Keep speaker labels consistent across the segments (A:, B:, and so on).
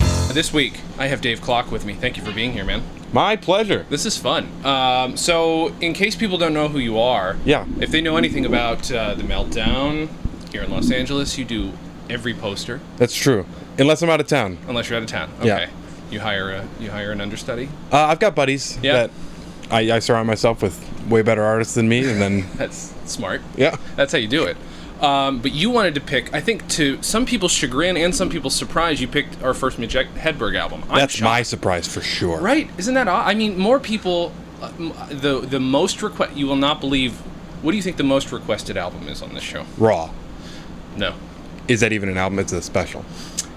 A: Uh, this week I have Dave Clock with me. Thank you for being here, man.
B: My pleasure.
A: This is fun. Um, so, in case people don't know who you are,
B: Yeah.
A: if they know anything about uh, the meltdown here in Los Angeles, you do every poster
B: That's true. Unless I'm out of town.
A: unless you're out of town. Okay.
B: Yeah.
A: You hire a you hire an understudy.
B: Uh, I've got buddies
A: Yeah.
B: that I, I surround myself with way better artists than me, and then
A: That's smart.
B: yeah,
A: That's how you do it. Um, but you wanted to pick, I think, to some people's chagrin and some people's surprise, you picked our first Mitch Hedberg album. I'm
B: that's
A: shocked.
B: my surprise for sure.
A: Right? Isn't that odd? I mean, more people. uh, m- The the most request. You will not believe. What do you think the most requested album is on this show?
B: Raw.
A: No.
B: Is that even an album? It's a special.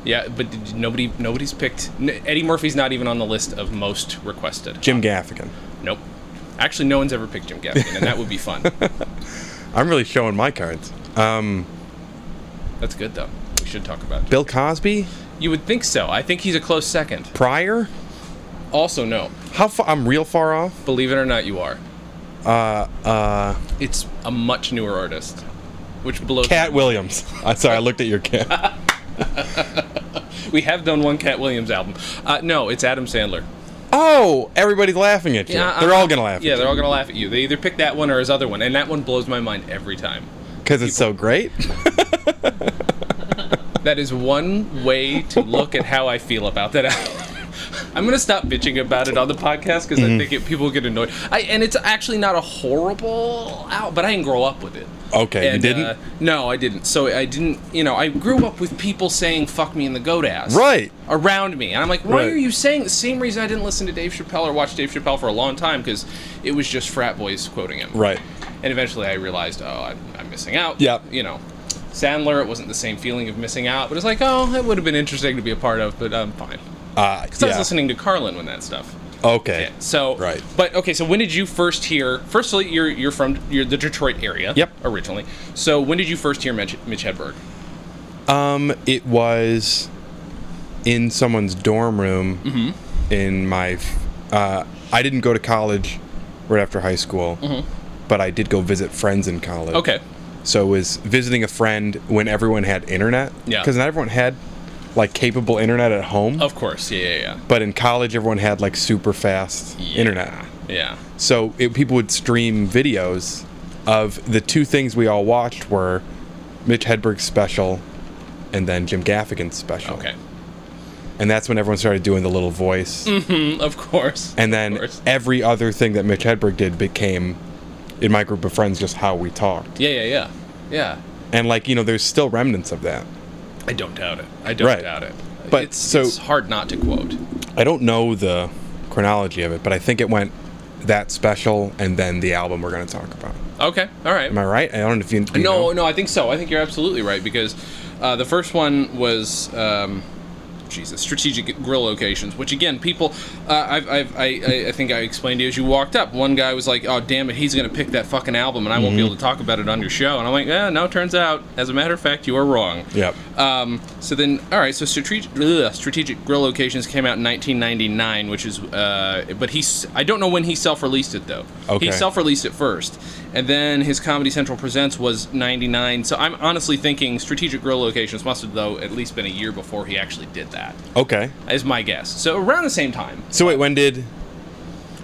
A: Yeah, but did, nobody nobody's picked. N- Eddie Murphy's not even on the list of most requested.
B: Jim Gaffigan.
A: Nope. Actually, no one's ever picked Jim Gaffigan, and that would be fun.
B: I'm really showing my cards. Um,
A: That's good though. We should talk about. It.
B: Bill Cosby,
A: You would think so. I think he's a close second.
B: Pryor.
A: Also, no.
B: How far? I'm real far off.
A: Believe it or not, you are.
B: Uh, uh,
A: It's a much newer artist, which blows.
B: Cat Williams. I sorry, I looked at your cat.
A: We have done one Cat Williams album. Uh, no, it's Adam Sandler.
B: Oh, everybody's laughing at you.
A: Yeah,
B: they're
A: I-
B: all gonna laugh.
A: Yeah,
B: at
A: they're all gonna laugh at you. They either pick that one or his other one, and that one blows my mind every time.
B: because it's so great.
A: That is one way to look at how I feel about that. I'm gonna stop bitching about it on the podcast because
B: Mm-hmm.
A: I think it, people get annoyed. I, and it's actually not a horrible out, but I didn't grow up with it.
B: Okay, you
A: And,
B: didn't?
A: uh, no, I didn't. So I didn't. You know, I grew up with people saying "fuck me" in the goat ass
B: Right.
A: around me, and I'm like, why
B: Right.
A: are you saying the same reason I didn't listen to Dave Chappelle or watch Dave Chappelle for a long time because it was just frat boys quoting him.
B: Right.
A: And eventually I realized, oh, I'm, I'm missing out.
B: Yep.
A: You know, Sandler, it wasn't the same feeling of missing out, but it's like, oh, that would have been interesting to be a part of, but I'm fine.
B: Uh,
A: Because I was
B: yeah.
A: listening to Carlin when that stuff.
B: Okay.
A: So,
B: Right.
A: But okay, so when did you first hear? Firstly, you're you're from you're the Detroit area.
B: Yep.
A: Originally. So when did you first hear Mitch, Mitch Hedberg?
B: Um, it was in someone's dorm room
A: Mm-hmm.
B: in my. f- Uh, I didn't go to college right after high school, but I did go visit friends in college.
A: Mm-hmm. Okay.
B: So it was visiting a friend when everyone had internet.
A: Yeah.
B: Because not everyone had like capable internet at home,
A: Of course. Yeah. Yeah.
B: but in college everyone had like super fast internet.
A: Yeah. yeah.
B: So it, people would stream videos of the two things we all watched were Mitch Hedberg's special and then Jim Gaffigan's special.
A: Okay.
B: And that's when everyone started doing the little voice.
A: Mm, Of course. Of
B: And then
A: course.
B: every other thing that Mitch Hedberg did became, in my group of friends, just how we talked.
A: Yeah. Yeah. Yeah. Yeah.
B: And like, you know, there's still remnants of that.
A: I don't doubt it. I don't
B: Right.
A: doubt it.
B: But
A: it's,
B: so-
A: it's hard not to quote.
B: I don't know the chronology of it, but I think it went that special and then the album we're going to talk about.
A: Okay. All right.
B: Am I right? I don't know if you. do you
A: no,
B: know?
A: no, I think so. I think you're absolutely right because uh, the first one was um, Jesus strategic grill locations, which again, people, uh, I've, I've, I, I- I think I explained to you as you walked up. One guy was like, "Oh, damn it, he's going to pick that fucking album, and I
B: Mm-hmm.
A: won't be able to talk about it on your show." And I'm like, "Yeah, no." Turns out, as a matter of fact, you are wrong.
B: Yep.
A: Um, so then, all right. So strategic, ugh, strategic grill locations came out in 1999, which is, uh, but he's I don't know when he self-released it though. He
B: Okay.
A: self-released it first, and then his Comedy Central Presents was 99. So I'm honestly thinking strategic grill locations must have though at least been a year before he actually did that.
B: Okay.
A: Is my guess. So around the same time,
B: So wait, when did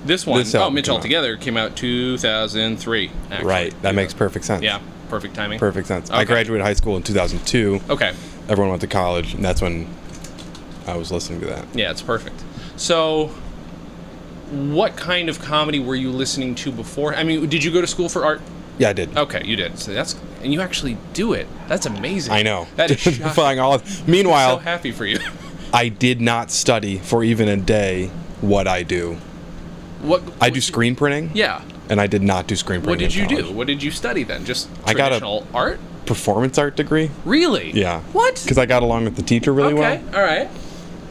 A: this one,
B: This
A: oh
B: album
A: Mitch
B: came out.
A: altogether came out 2003. Actually.
B: Right. That makes perfect sense.
A: Yeah. Perfect timing.
B: Perfect sense.
A: Okay. Oh.
B: I graduated high school in 2002.
A: Okay.
B: Everyone went to college, and that's when I was listening to that.
A: Yeah, it's perfect. So, what kind of comedy were you listening to before? I mean, did you go to school for art?
B: Yeah, I did.
A: Okay, you did. So that's and you actually do it. That's amazing.
B: I know.
A: That is shocking.
B: Defying all.
A: I'm so
B: Meanwhile,
A: happy for you.
B: I did not study for even a day what I do.
A: What
B: I do screen printing.
A: Yeah.
B: And I did not do screen
A: What
B: printing.
A: did
B: in
A: you do?
B: college.
A: What did you study then? Just
B: I got a-
A: traditional art?
B: Performance art degree.
A: Really?
B: Yeah.
A: What?
B: Because I got along with the teacher really
A: okay.
B: well.
A: All right.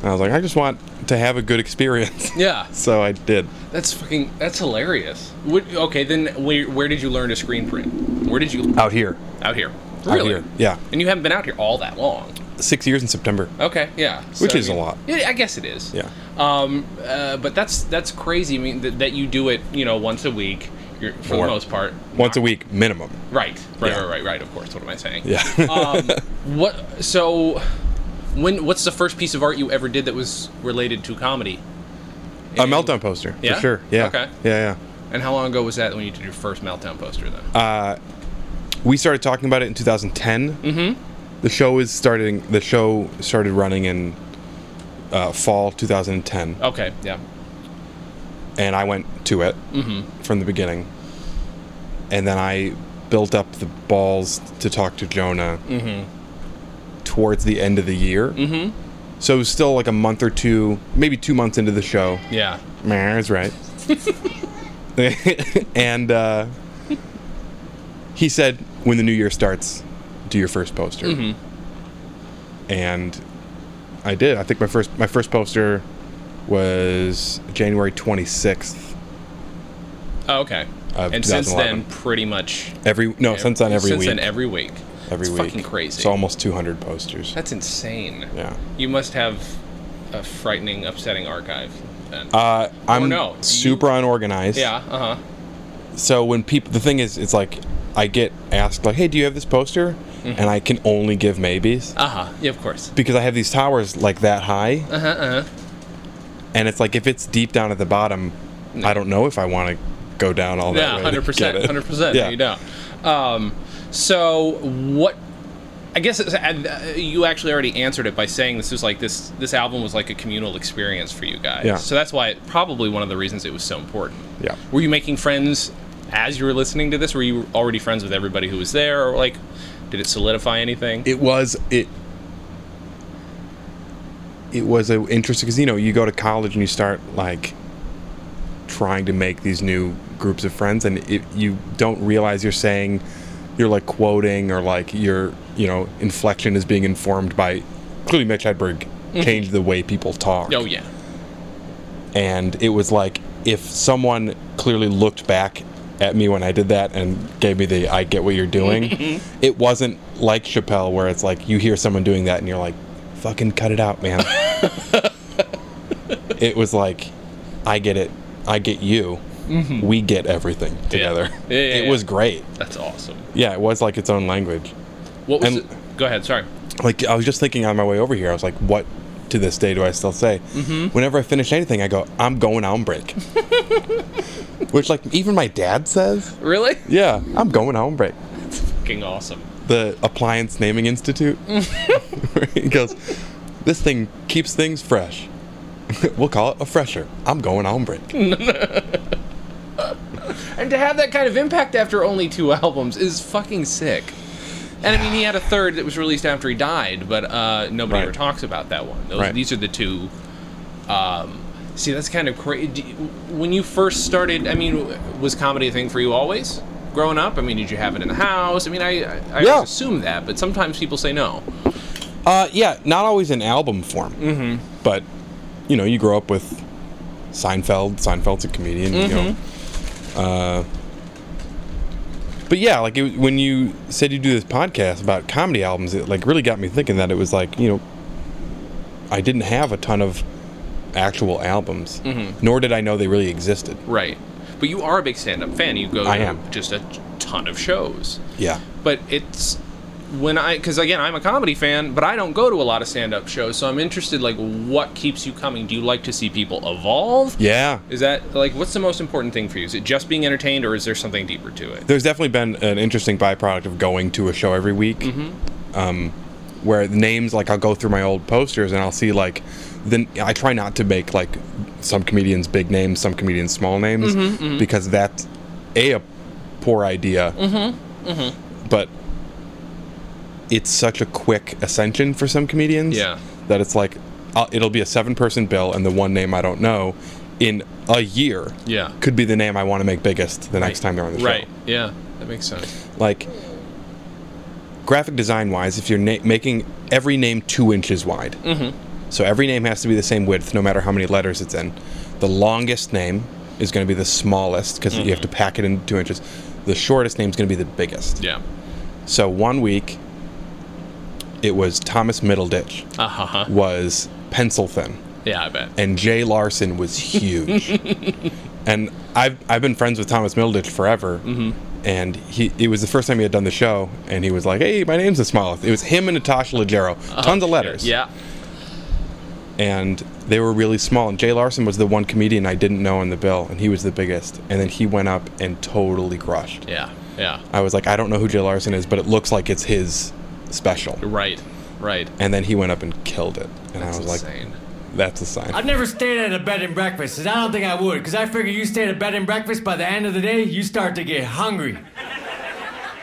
B: And I was like, I just want to have a good experience.
A: Yeah.
B: so I did.
A: That's fucking. That's hilarious. What, okay, then where, where did you learn to screen print? Where did you
B: Out here.
A: out here? Really?
B: Out here. Yeah.
A: And you haven't been out here all that long.
B: Six years in September.
A: Okay, yeah.
B: Which
A: So,
B: is
A: I mean-
B: a lot.
A: Yeah, I guess it is.
B: Yeah.
A: Um, uh, but that's that's crazy. I mean, that, that you do it, you know, once a week, you're, for
B: Or
A: the most part.
B: Once a week minimum.
A: Right. Right.
B: Yeah.
A: Uh, Right. Right. Right. Of course. What am I saying?
B: Yeah.
A: um, what? So, When? What's the first piece of art you ever did that was related to comedy?
B: A meltdown poster, for
A: Yeah?
B: sure. Yeah.
A: Okay.
B: Yeah,
A: And how long ago was that when you did your first meltdown poster? Then.
B: yeah. Uh, we started talking about it in 2010. Mm-hmm. The show is starting. The show started running in uh, fall 2010,
A: okay. Yeah.
B: and I went to it from the beginning. And then I built up the balls to talk to Jonah towards the end of the year. Mm-hmm. So it was still like a month or two, maybe two months into the show.
A: Yeah.
B: Meh, that's right. and uh, he said, when the new year starts, do your first poster.
A: Mm-hmm.
B: And I did. I think my first my first poster was January 26th.
A: Oh, okay.
B: Uh,
A: and since then,
B: 2011.
A: pretty much.
B: Every no, since then every
A: since
B: week.
A: then, every week.
B: every
A: it's
B: week.
A: Fucking crazy.
B: It's almost 200 posters.
A: That's insane.
B: yeah.
A: You must have a frightening, upsetting archive. Then.
B: Uh, I'm
A: Oh, no, you-
B: super unorganized.
A: yeah. Uh huh.
B: so when people the thing is it's like i get asked like hey do you have this poster
A: Mm-hmm.
B: and i can only give maybes
A: Uh huh. Yeah. Of course.
B: because i have these towers like that high
A: Uh huh. Uh huh.
B: and it's like if it's deep down at the bottom i don't know if i want to go down all that
A: Yeah,
B: way
A: hundred
B: to get
A: percent,
B: it.
A: hundred percent.
B: yeah
A: You know. Um, so what? I guess it's, uh, you actually already answered it by saying this was like this. This album was like a communal experience for you guys.
B: Yeah.
A: So that's why it, probably one of the reasons it was so important.
B: Yeah.
A: Were you making friends as you were listening to this? Were you already friends with everybody who was there, or like, did it solidify anything?
B: it was it it was an interesting because you know you go to college and you start like trying to make these new groups of friends and it, you don't realize you're saying you're like quoting or like your you know inflection is being informed by clearly Mitch Hedberg changed the way people talk
A: oh Mm-hmm. yeah.
B: and it was like if someone clearly looked back at me when I did that and gave me the I get what you're doing,
A: Mm-hmm.
B: it wasn't like Chappelle where it's like you hear someone doing that and you're like, fucking cut it out, man. it was like, I get it. I get you. We get everything together.
A: Mm-hmm. Yeah, yeah,
B: it
A: yeah.
B: was great.
A: That's awesome.
B: Yeah, it was like its own language.
A: What was?
B: And-
A: it? Go ahead. Sorry.
B: Like I was just thinking on my way over here, I was like, what to this day do I still say? Whenever I finish anything, I go, I'm going on break. Which like even my dad says.
A: Really?
B: Yeah, I'm going on break.
A: Fucking awesome.
B: The Appliance Naming Institute. he goes, this thing keeps things fresh. we'll call it a fresher. I'm going on break.
A: And to have that kind of impact after only two albums is fucking sick. And I mean, he had a third that was released after he died, but uh, nobody
B: Right.
A: ever talks about that one. Those,
B: Right.
A: These are the two. Um, see, that's kind of crazy. When you first started, I mean, was comedy a thing for you always? Growing up, I mean, did you have it in the house? I mean, I, I, I
B: Yeah.
A: always assume that, but sometimes people say no.
B: Uh, yeah, not always in album form. Mm-hmm. But, you know, you grow up with Seinfeld. Seinfeld's a comedian, you know. Uh, but yeah, like it, when you said you do this podcast about comedy albums, it like really got me thinking that it was like, you know, I didn't have a ton of actual albums, nor did I know they really existed.
A: Right. But you are a big stand up fan. You go
B: I
A: to
B: am.
A: just a ton of shows.
B: Yeah.
A: but it's when I because again I'm a comedy fan, but I don't go to a lot of stand-up shows, so I'm interested like what keeps you coming? Do you like to see people evolve?
B: Yeah.
A: Is that like what's the most important thing for you? Is it just being entertained, or is there something deeper to it?
B: there's definitely been an interesting byproduct of going to a show every week um,
A: Mm-hmm.
B: where the names like i'll go through my old posters and i'll see like then i try not to make like some comedians big names some comedians small names
A: Mm-hmm,
B: because that's a, a poor idea mm-hmm. Mm-hmm. but it's such a quick ascension for some comedians
A: Yeah.
B: that it's like I'll, it'll be a seven person bill and the one name i don't know in a year
A: Yeah.
B: could be the name i want to make biggest the next time they're on the show
A: Right. Yeah, that makes sense.
B: like graphic design wise if you're na- making every name two inches wide so every name has to be the same width no matter how many letters it's in the longest name is going to be the smallest because you have to pack it in two inches the shortest name is going to be the biggest
A: Yeah.
B: so one week it was thomas middleditch
A: Uh huh.
B: was pencil thin
A: Yeah, I bet.
B: and Jay
A: Mm-hmm.
B: Larson was huge. and I've I've been friends with Thomas Middleditch forever, and he it was the first time he had done the show, and he was like, "Hey, my name's Ismail." It was him and Natasha Leggero, tons of letters,
A: Uh-huh. Yeah.
B: and they were really small. And Jay Larson was the one comedian I didn't know in the bill, and he was the biggest. And then he went up and totally crushed.
A: Yeah. Yeah.
B: I was like, I don't know who Jay Larson is, but it looks like it's his special.
A: Right. Right.
B: And then he went up and killed it, and I
A: That's
B: was
A: insane.
B: like, "That's a sign."
C: I've never stayed at a bed and breakfast, and I don't think I would, because I figure you stay at a bed and breakfast, by the end of the day, you start to get hungry.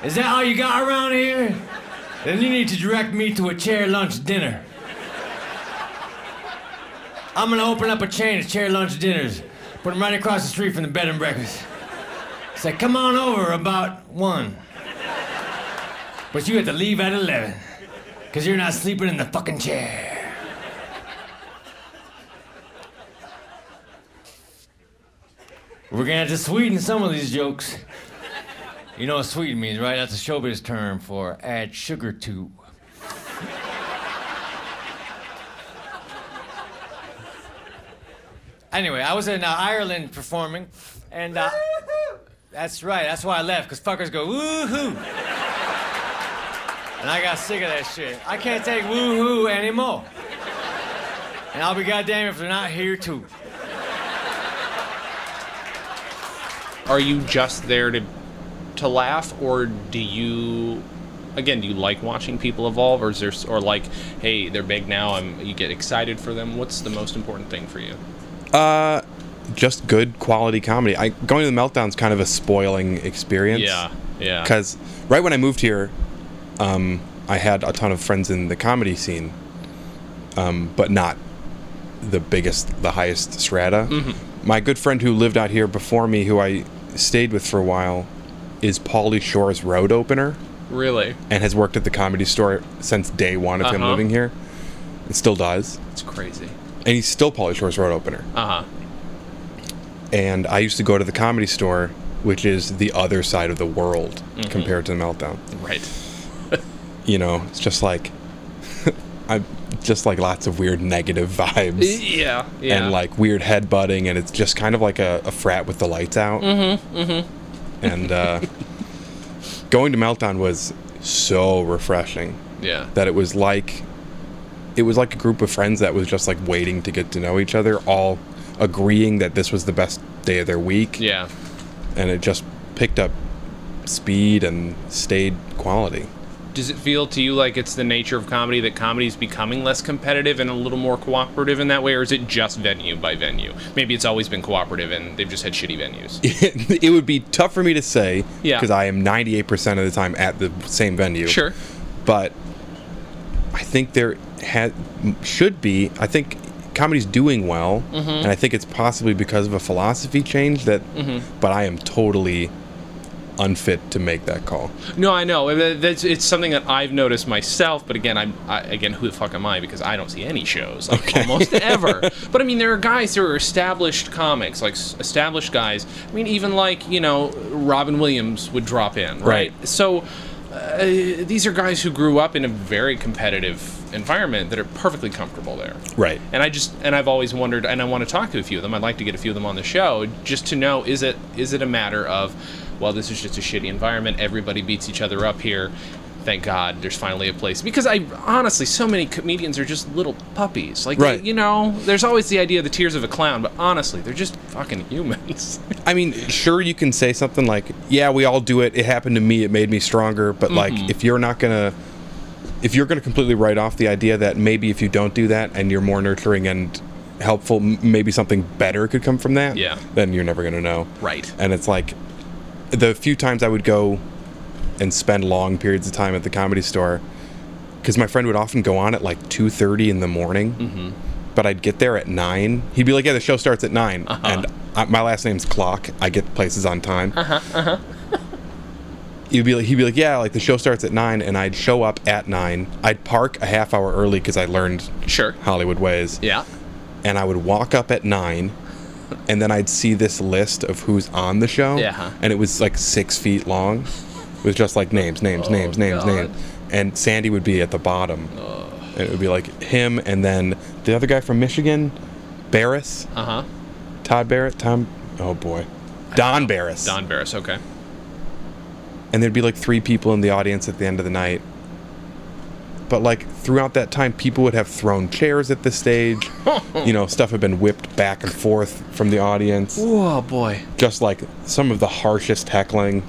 C: Is that all you got around here? Then you need to direct me to a chair lunch dinner. I'm gonna open up a chain of chair lunch dinners, put them right across the street from the bed and breakfast. Say, come on over about one. But you have to leave at 11, because you're not sleeping in the fucking chair. We're gonna have to sweeten some of these jokes. You know what sweeten means, right? That's a showbiz term for add sugar to. anyway, I was in uh, Ireland performing, and uh, that's right. That's why I left, because fuckers go woo-hoo. And I got sick of that shit. I can't take woo-hoo anymore. And I'll be goddamn if they're not here too.
A: Are you just there to to laugh, or do you? Again, do you like watching people evolve, or is there, s- or like, hey, they're big now, I'm, you get excited for them? What's the most important thing for you?
B: just good quality comedy. I going to the meltdown's kind of a spoiling experience.
A: Yeah, yeah.
B: Because right when I moved here, um, I had a ton of friends in the comedy scene, um, but not the biggest, the highest strata.
A: Mm-hmm.
B: My good friend who lived out here before me, who I stayed with for a while, is Paulie Shore's road opener
A: really,
B: and has worked at the comedy store since day one of him
A: Uh-huh.
B: living here. It still does.
A: it's crazy.
B: And he's still Paulie Shore's road opener.
A: Uh huh.
B: and I used to go to the comedy store, which is the other side of the world compared to the meltdown.
A: Right.
B: You know, it's just like I'm just like lots of weird negative vibes
A: Yeah. Yeah.
B: and like weird headbutting, and it's just kind of like a, a frat with the lights out. Mm-hmm. Mm-hmm. And uh, going to meltdown was so refreshing
A: yeah.
B: that it was like it was like a group of friends that was just like waiting to get to know each other, all agreeing that this was the best day of their week.
A: yeah.
B: and it just picked up speed and stayed quality.
A: Does it feel to you like it's the nature of comedy that comedy is becoming less competitive and a little more cooperative in that way, or is it just venue by venue? Maybe it's always been cooperative and they've just had shitty venues.
B: it would be tough for me to say
A: Yeah.
B: because I am 98% of the time at the same venue.
A: Sure.
B: But I think there had should be I think comedy's doing well
A: Mm-hmm.
B: and I think it's possibly because of a philosophy change that
A: Mm-hmm.
B: but I am totally unfit to make that call.
A: No, I know. Uh, that- That's, it's something that I've noticed myself. But again, I'm I, again, who the fuck am I? Because I don't see any shows like, almost ever. But I mean, there are guys who are established comics, like s- established guys. I mean, even like you know, Robin Williams would drop in, right?
B: Right.
A: So uh, these are guys who grew up in a very competitive environment that are perfectly comfortable there.
B: Right.
A: And I just and I've always wondered, and I want to talk to a few of them. I'd like to get a few of them on the show just to know is it is it a matter of, well, this is just a shitty environment. Everybody beats each other up here. Thank God, there's finally a place because I honestly, so many comedians are just little puppies. Like
B: Right.
A: you know, there's always the idea of the tears of a clown, but honestly, they're just fucking humans.
B: I mean, sure, you can say something like, "Yeah, we all do it. It happened to me. It made me stronger." But like, if you're not gonna, if you're gonna completely write off the idea that maybe if you don't do that and you're more nurturing and helpful, m- maybe something better could come from that.
A: Yeah.
B: Then you're never gonna know.
A: Right.
B: And it's like, the few times I would go and spend long periods of time at the comedy store, because my friend would often go on at like two thirty in the morning. Mm-hmm but I'd get there at nine. He'd be like, "Yeah, the show starts at 9 and I, my last name's Clock. I get places on time. Uh-huh, uh-huh. He'd be like, he'd be like, "Yeah, like the show starts at nine, and I'd show up at nine. I'd park a half hour early because I learned
A: Sure.
B: Hollywood ways,
A: Yeah.
B: and I would walk up at nine, and then I'd see this list of who's on the show,
A: Yeah, huh.
B: and it was like six feet long, It was just like names, names, names, names,
A: Oh, God.
B: names, and Sandy would be at the bottom. And It would be like him, and then the other guy from Michigan, Barris,
A: Uh huh.
B: Todd Barrett, Tom. Oh boy, Don Barris.
A: Don Barris. Okay.
B: and there'd be like three people in the audience at the end of the night. But like throughout that time, people would have thrown chairs at the stage. you know, stuff had been whipped back and forth from the audience
A: Oh boy.
B: just like some of the harshest heckling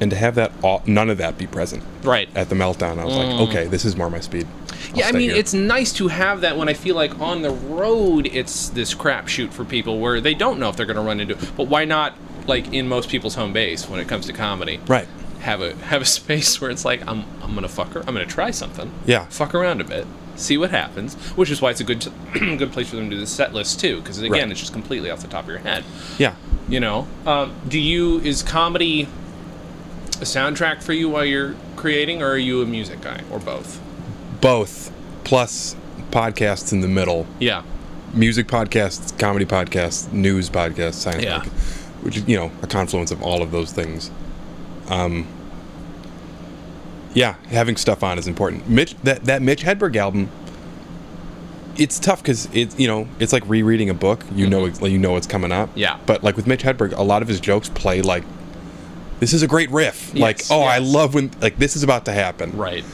B: and to have that all, none of that be present
A: Right.
B: at the meltdown i was like okay this is more my speed I'll
A: Mm. yeah, I
B: stay
A: mean,
B: here.
A: it's nice to have that when I feel like on the road it's this crapshoot for people where they don't know if they're going to run into. But why not, like in most people's home base when it comes to comedy,
B: right
A: have a have a space where it's like I'm I'm gonna fuck her. I'm gonna try something.
B: Yeah.
A: Fuck around a bit, see what happens. Which is why it's a good good place for them to do the set list too, because again,
B: Right.
A: it's just completely off the top of your head.
B: yeah
A: You know, um, do you is comedy a soundtrack for you while you're creating, or are you a music guy, or both?
B: both plus podcasts in the middle
A: Yeah.
B: music podcasts comedy podcasts news podcasts science
A: Yeah.
B: podcasts, which is you know a confluence of all of those things um yeah having stuff on is important mitch that, that mitch hedberg album it's tough because it's you know it's like rereading a book you know it's- you know what's coming up
A: Mm-hmm. Yeah.
B: but like with mitch hedberg a lot of his jokes play like this is a great riff like
A: Yes,
B: oh i
A: yes.
B: love when like this is about to happen
A: Right.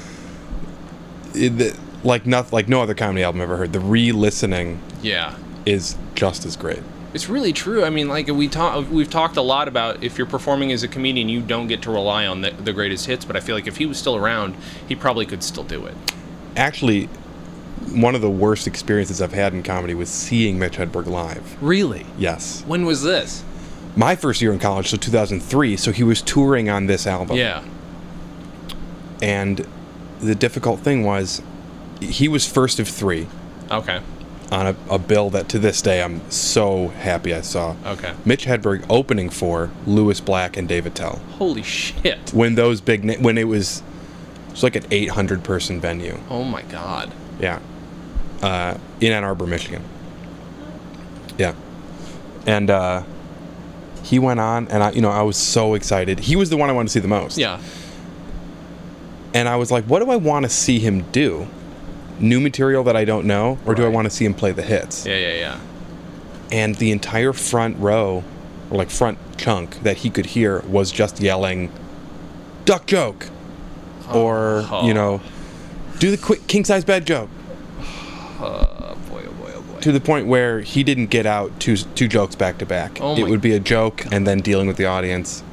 B: It- the- like not like no other comedy album I've ever heard the re-listening
A: Yeah.
B: is just as great
A: It's really true. I mean, like we talk, we've talked a lot about if you're performing as a comedian, you don't get to rely on the, the greatest hits. But I feel like if he was still around, he probably could still do it.
B: actually one of the worst experiences I've had in comedy was seeing Mitch Hedberg live.
A: Really?
B: Yes.
A: When was this?
B: My first year in college, so 2003, so he was touring on this album.
A: Yeah.
B: And the difficult thing was he was first of three
A: Okay.
B: on a, a bill that to this day I'm so happy I saw.
A: Okay.
B: Mitch Hedberg opening for Lewis Black and David Tell.
A: Holy shit.
B: When those big, na- when it was, it was like an 800 person venue.
A: Oh my god.
B: Yeah. Uh, in Ann Arbor, Michigan. Yeah. And uh, he went on, and I, you know, I was so excited. He was the one I wanted to see the most.
A: Yeah.
B: And I was like, what do I want to see him do? New material that I don't know, or do I
A: Right.
B: want to see him play the hits?
A: Yeah. Yeah. Yeah.
B: And the entire front row, or like front chunk that he could hear, was just yelling, "Duck joke,"
A: Oh.
B: or you know, do the quick king size bed joke.
A: Oh boy. Oh boy. Oh boy.
B: to the point where he didn't get out two two jokes back to back.
A: Oh
B: It
A: my
B: would be a joke and then dealing with the audience,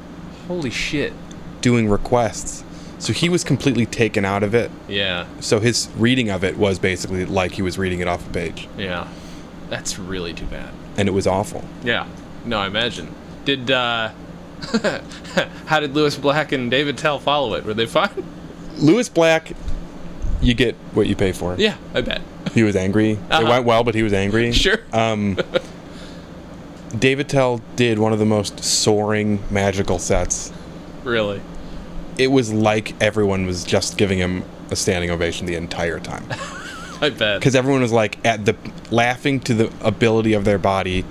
A: Holy shit.
B: doing requests. So he was completely taken out of it.
A: Yeah.
B: So his reading of it was basically like he was reading it off a page,
A: Yeah. That's really too bad.
B: and it was awful.
A: Yeah. No, I imagine. Did uh how did Lewis Black and David Tell follow it? Were they fine?
B: Lewis Black, you get what you pay for.
A: Yeah, I bet.
B: He was angry. It
A: Uh-huh.
B: went well, but he was angry.
A: Sure.
B: David Tell did one of the most soaring magical sets.
A: really.
B: It was like everyone was just giving him a standing ovation the entire time.
A: I bet.
B: because everyone was like at the laughing to the ability of their body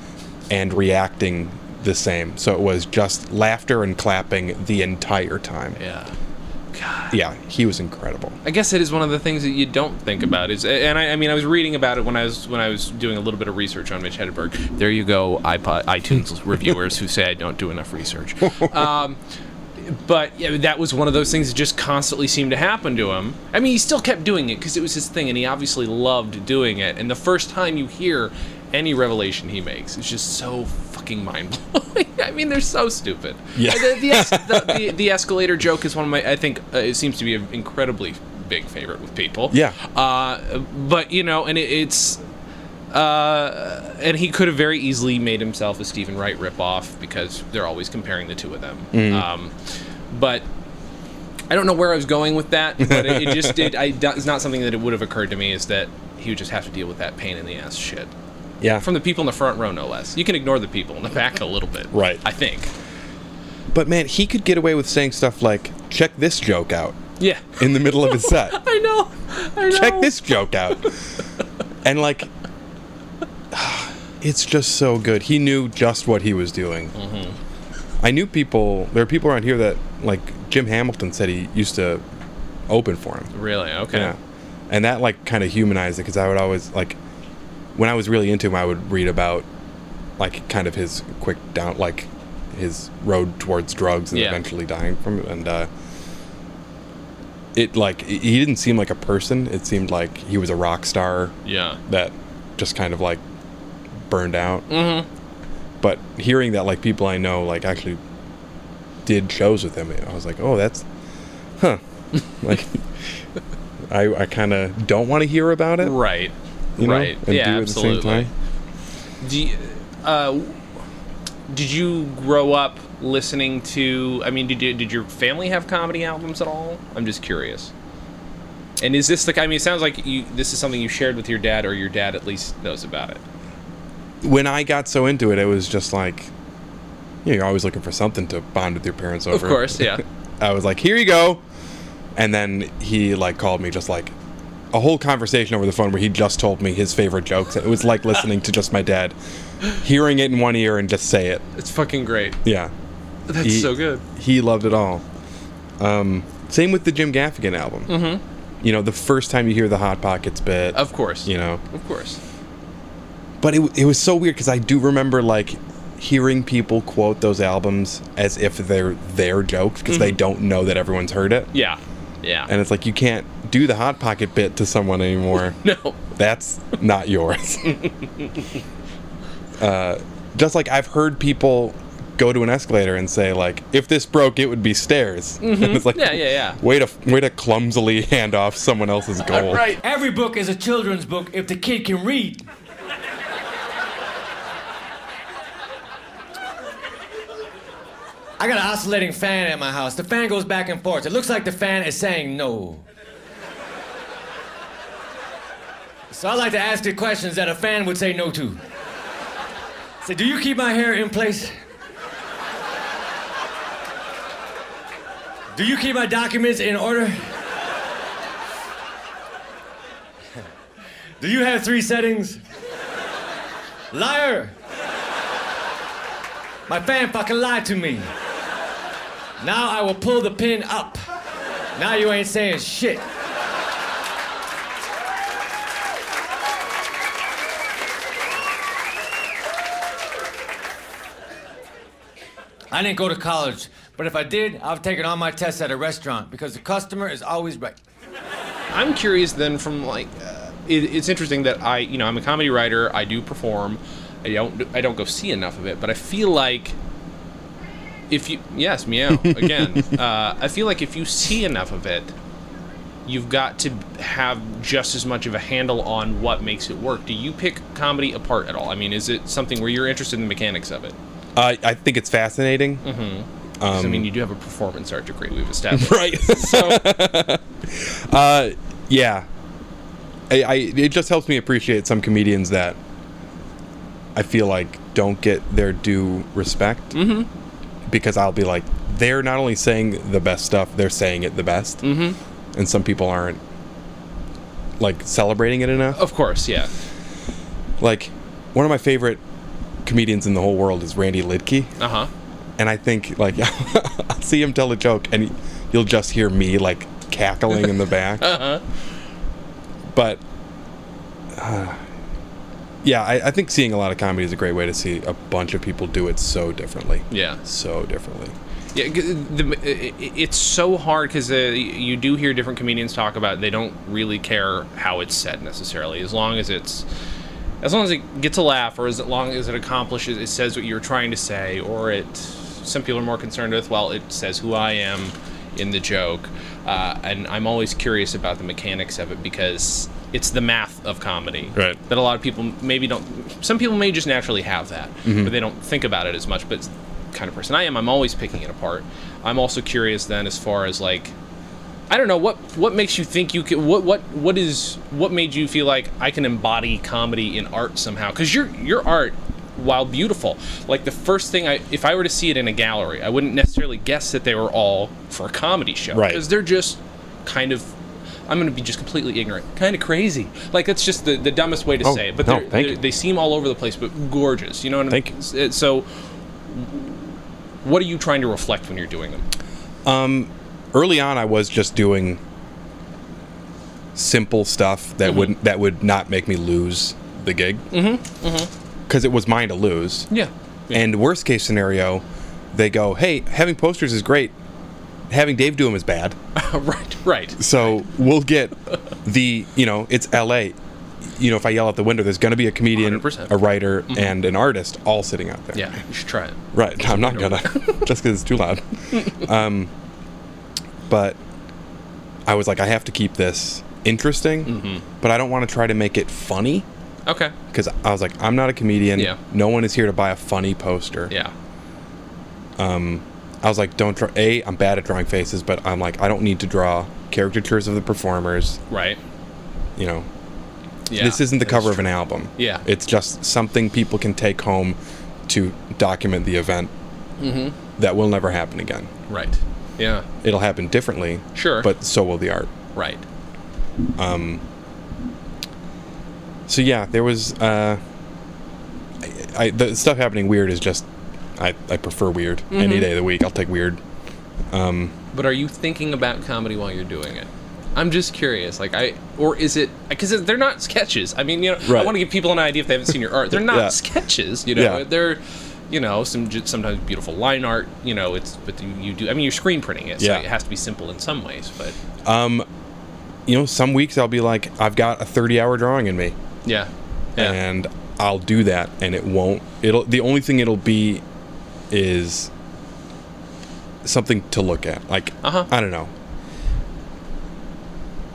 B: and reacting the same. So it was just laughter and clapping the entire time.
A: Yeah.
B: Yeah, he was incredible.
A: I guess it is one of the things that you don't think about is, and I, I mean, I was reading about it when I was when I was doing a little bit of research on Mitch Hedberg. There you go, iPod, iTunes reviewers who say I don't do enough research. Um, but yeah, that was one of those things that just constantly seemed to happen to him. I mean, he still kept doing it because it was his thing, and he obviously loved doing it. And the first time you hear any revelation he makes, it's just so fucking mind blowing. I mean, they're so stupid.
B: Yeah.
A: The, the, es- the, the, the escalator joke is one of my. I think uh, it seems to be an incredibly big favorite with people.
B: Yeah.
A: Uh, but you know, and it, it's uh, and he could have very easily made himself a Stephen Wright ripoff because they're always comparing the two of them.
B: Mm-hmm.
A: Um, but I don't know where I was going with that, but it, it just did. I, it's not something that it would have occurred to me is that he would just have to deal with that pain in the ass shit
B: Yeah.
A: from the people in the front row, no less. You can ignore the people in the back a little bit,
B: Right.
A: I think.
B: but man, he could get away with saying stuff like, check this joke out
A: Yeah,
B: in the middle of his set.
A: I know. I know.
B: check this joke out. and like, it's just so good. He knew just what he was doing. I knew people. There are people around here that like Jim Hamilton said he used to open for him.
A: Really? Okay.
B: Yeah, and that like kind of humanized it because I would always like when I was really into him, I would read about like kind of his quick down like his road towards drugs and
A: Yeah.
B: eventually dying from it. And uh, it like he didn't seem like a person. It seemed like he was a rock star
A: Yeah.
B: that just kind of like burned out. Mm-hmm. But hearing that like people I know like actually did shows with him, I was like, oh, that's huh. like I I kind of don't want to hear about it,
A: Right.
B: you know,
A: right.
B: and
A: yeah.
B: do it at the same
A: absolutely.
B: time.
A: Do you, uh, did you grow up listening to? I mean, did you, did your family have comedy albums at all? I'm just curious. And is this the? I mean, it sounds like you. This is something you shared with your dad, or your dad at least knows about it.
B: when I got so into it, it was just like, you know, you're always looking for something to bond with your parents over.
A: Of course, yeah.
B: I was like, here you go. And then he like called me just like a whole conversation over the phone where he just told me his favorite jokes. It was like listening to just my dad hearing it in one ear and just say it.
A: It's fucking great.
B: Yeah.
A: That's
B: He-
A: so good.
B: He loved it all. Um, same with the Jim Gaffigan album. Mm-hmm. You know, the first time you hear the Hot Pockets bit,
A: Of course.
B: you know,
A: Of course.
B: but it, it was so weird because I do remember like hearing people quote those albums as if they're their jokes because they don't know that everyone's heard it,
A: Yeah. Yeah.
B: and it's like you can't do the hot pocket bit to someone anymore.
A: no.
B: That's not yours. uh, just like I've heard people go to an escalator and say like, "If this broke, it would be stairs." and it's like,
A: Mm-hmm. Yeah, yeah, yeah.
B: Way to way to clumsily hand off someone else's goal.
A: Right.
C: Every book is a children's book if the kid can read. I got an oscillating fan at my house. The fan goes back and forth. It looks like the fan is saying no. So I like to ask it questions that a fan would say no to. Say, do you keep my hair in place? Do you keep my documents in order? Do you have three settings? Liar! My fan fucking lied to me. Now I will pull the pin up. Now you ain't saying shit. I didn't go to college, but if I did, I've taken all my tests at a restaurant because the customer is always right.
A: I'm curious then from like uh, it, it's interesting that I you know I'm a comedy writer I do perform I don't do- I don't go see enough of it but I feel like if you yes meow again uh, I feel like if you see enough of it you've got to have just as much of a handle on what makes it work do you pick comedy apart at all I mean is it something where you're interested in the mechanics of it 'Cause,
B: Uh, I think it's fascinating.
A: Mm-hmm. I mean you do have a performance art degree we've established
B: Right.
A: so
B: Uh, yeah. I, I it just helps me appreciate some comedians that I feel like don't get their due respect mm-hmm. because I'll be like they're not only saying the best stuff they're saying it the best mm-hmm. and some people aren't like celebrating it enough
A: of course yeah
B: like one of my favorite comedians in the whole world is Randy Lidke
A: uh huh
B: and I think like I'll see him tell a joke, and you'll just hear me like cackling in the back.
A: Uh-huh.
B: But uh, yeah, I, I think seeing a lot of comedy is a great way to see a bunch of people do it so differently.
A: yeah
B: so differently.
A: Yeah, g- the, i- i- it's so hard because uh, you do hear different comedians talk about they don't really care how it's said necessarily, as long as it's as long as it gets a laugh, or as long as it accomplishes, it says what you're trying to say, or it. Some people are more concerned with well, it says who I am in the joke, uh, and I'm always curious about the mechanics of it because it's the math of comedy
B: Right.
A: that a lot of people maybe don't. Some people may just naturally have that, but they don't think about it as much. But it's the kind of person I am, I'm always picking it apart. I'm also curious then as far as like I don't know what what makes you think you can what what what is what made you feel like I can embody comedy in art somehow because your your art while beautiful like the first thing I if I were to see it in a gallery I wouldn't necessarily guess that they were all for a comedy show
B: Right.
A: because they're just kind of I'm going to be just completely ignorant kind of crazy like that's just the, the dumbest way to
B: Oh,
A: say it but
B: no,
A: they're,
B: thank
A: they're-
B: you.
A: they seem all over the place but gorgeous you know what
B: Thank
A: I mean S- so what are you trying to reflect when you're doing them
B: Early on, I was just doing simple stuff that would that would not make me lose the gig because mm-hmm. it was mine to lose.
A: yeah
B: And worst case scenario, they go, "Hey, having posters is great. Having Dave do them is bad."
A: right, right.
B: So we'll get the you know it's L.A. You know if I yell out the window, there's going to be a comedian,
A: 100%.
B: a writer, and an artist all sitting out there.
A: Mm-hmm. Yeah, you should try it.
B: Right. I'm not gonna, just because it's too loud. Um, but I was like, I have to keep this interesting,
A: Mm-hmm.
B: but I don't want to try to make it funny
A: Okay.
B: because I was like, I'm not a comedian.
A: Yeah.
B: No one is here to buy a funny poster.
A: Yeah.
B: I was like, don't draw. A, I'm bad at drawing faces, but I'm like, I don't need to draw caricatures of the performers.
A: Right.
B: You know,
A: Yeah.
B: this isn't the
A: that's
B: cover
A: true.
B: of an album.
A: Yeah.
B: It's just something people can take home to document the event
A: Mm-hmm.
B: that will never happen again.
A: Right. Yeah.
B: it'll happen differently.
A: Sure.
B: But so will the art.
A: Right.
B: So yeah, there was uh, I, I the stuff happening weird is just I, I prefer weird
A: Mm-hmm.
B: any day of the week. I'll take weird.
A: But are you thinking about comedy while you're doing it? I'm just curious, like I, or is it because they're not sketches? I mean, you know, I
B: Right.
A: want to give people an idea if they haven't seen your art. They're not
B: Yeah.
A: sketches, you know.
B: Yeah.
A: They're, you know, some j- sometimes beautiful line art. You know, it's but you, you do. I mean, you're screen printing it, so
B: Yeah.
A: it has to be simple in some ways. But
B: You know, some weeks I'll be like I've got a 30-hour drawing in me
A: yeah, yeah,
B: and I'll do that and it won't it'll the only thing it'll be is something to look at. Like
A: Uh-huh.
B: I don't know.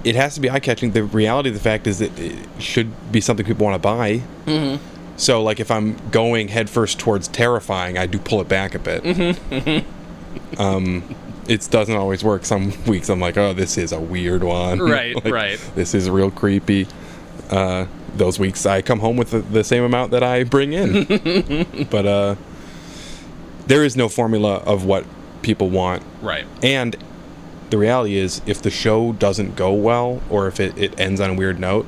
B: It has to be eye-catching. The reality of the fact is that it should be something people want to buy.
A: Mm-hmm.
B: So, like, if I'm going headfirst towards terrifying, I do pull it back a bit. um,
A: Mm-hmm.
B: it doesn't always work. Some weeks I'm like, oh, this is a weird one.
A: Right,
B: Like,
A: right.
B: This is real creepy. Uh, those weeks I come home with the, the same amount that I bring in. but uh, there is no formula of what people want.
A: right,
B: And the reality is, if the show doesn't go well or if it, it ends on a weird note,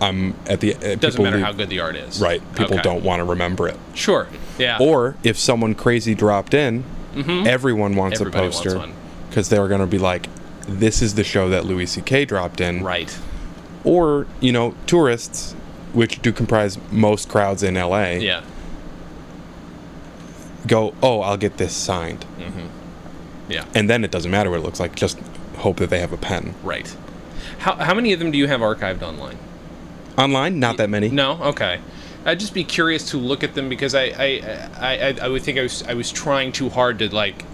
B: I'm at the. uh,
A: Mm-hmm. doesn't
B: people
A: matter
B: leave-
A: how good the art is.
B: Right. People
A: Okay.
B: don't want to remember it.
A: Sure. Yeah.
B: Or if someone crazy dropped in, everyone wants
A: Mm-hmm. Everybody
B: a
A: wants
B: poster
A: one.
B: because they're going to be like, this is the show that Louis C.K. dropped in.
A: right.
B: Or, you know, tourists, which do comprise most crowds in LA,
A: Yeah.
B: go, oh, I'll get this signed.
A: Mm. Yeah.
B: And then it doesn't matter what it looks like. Just hope that they have a pen.
A: Right. How how many of them do you have archived online?
B: Online, not that many.
A: No. Okay. I'd just be curious to look at them because I I, I, I, I would think I was I was trying too hard to like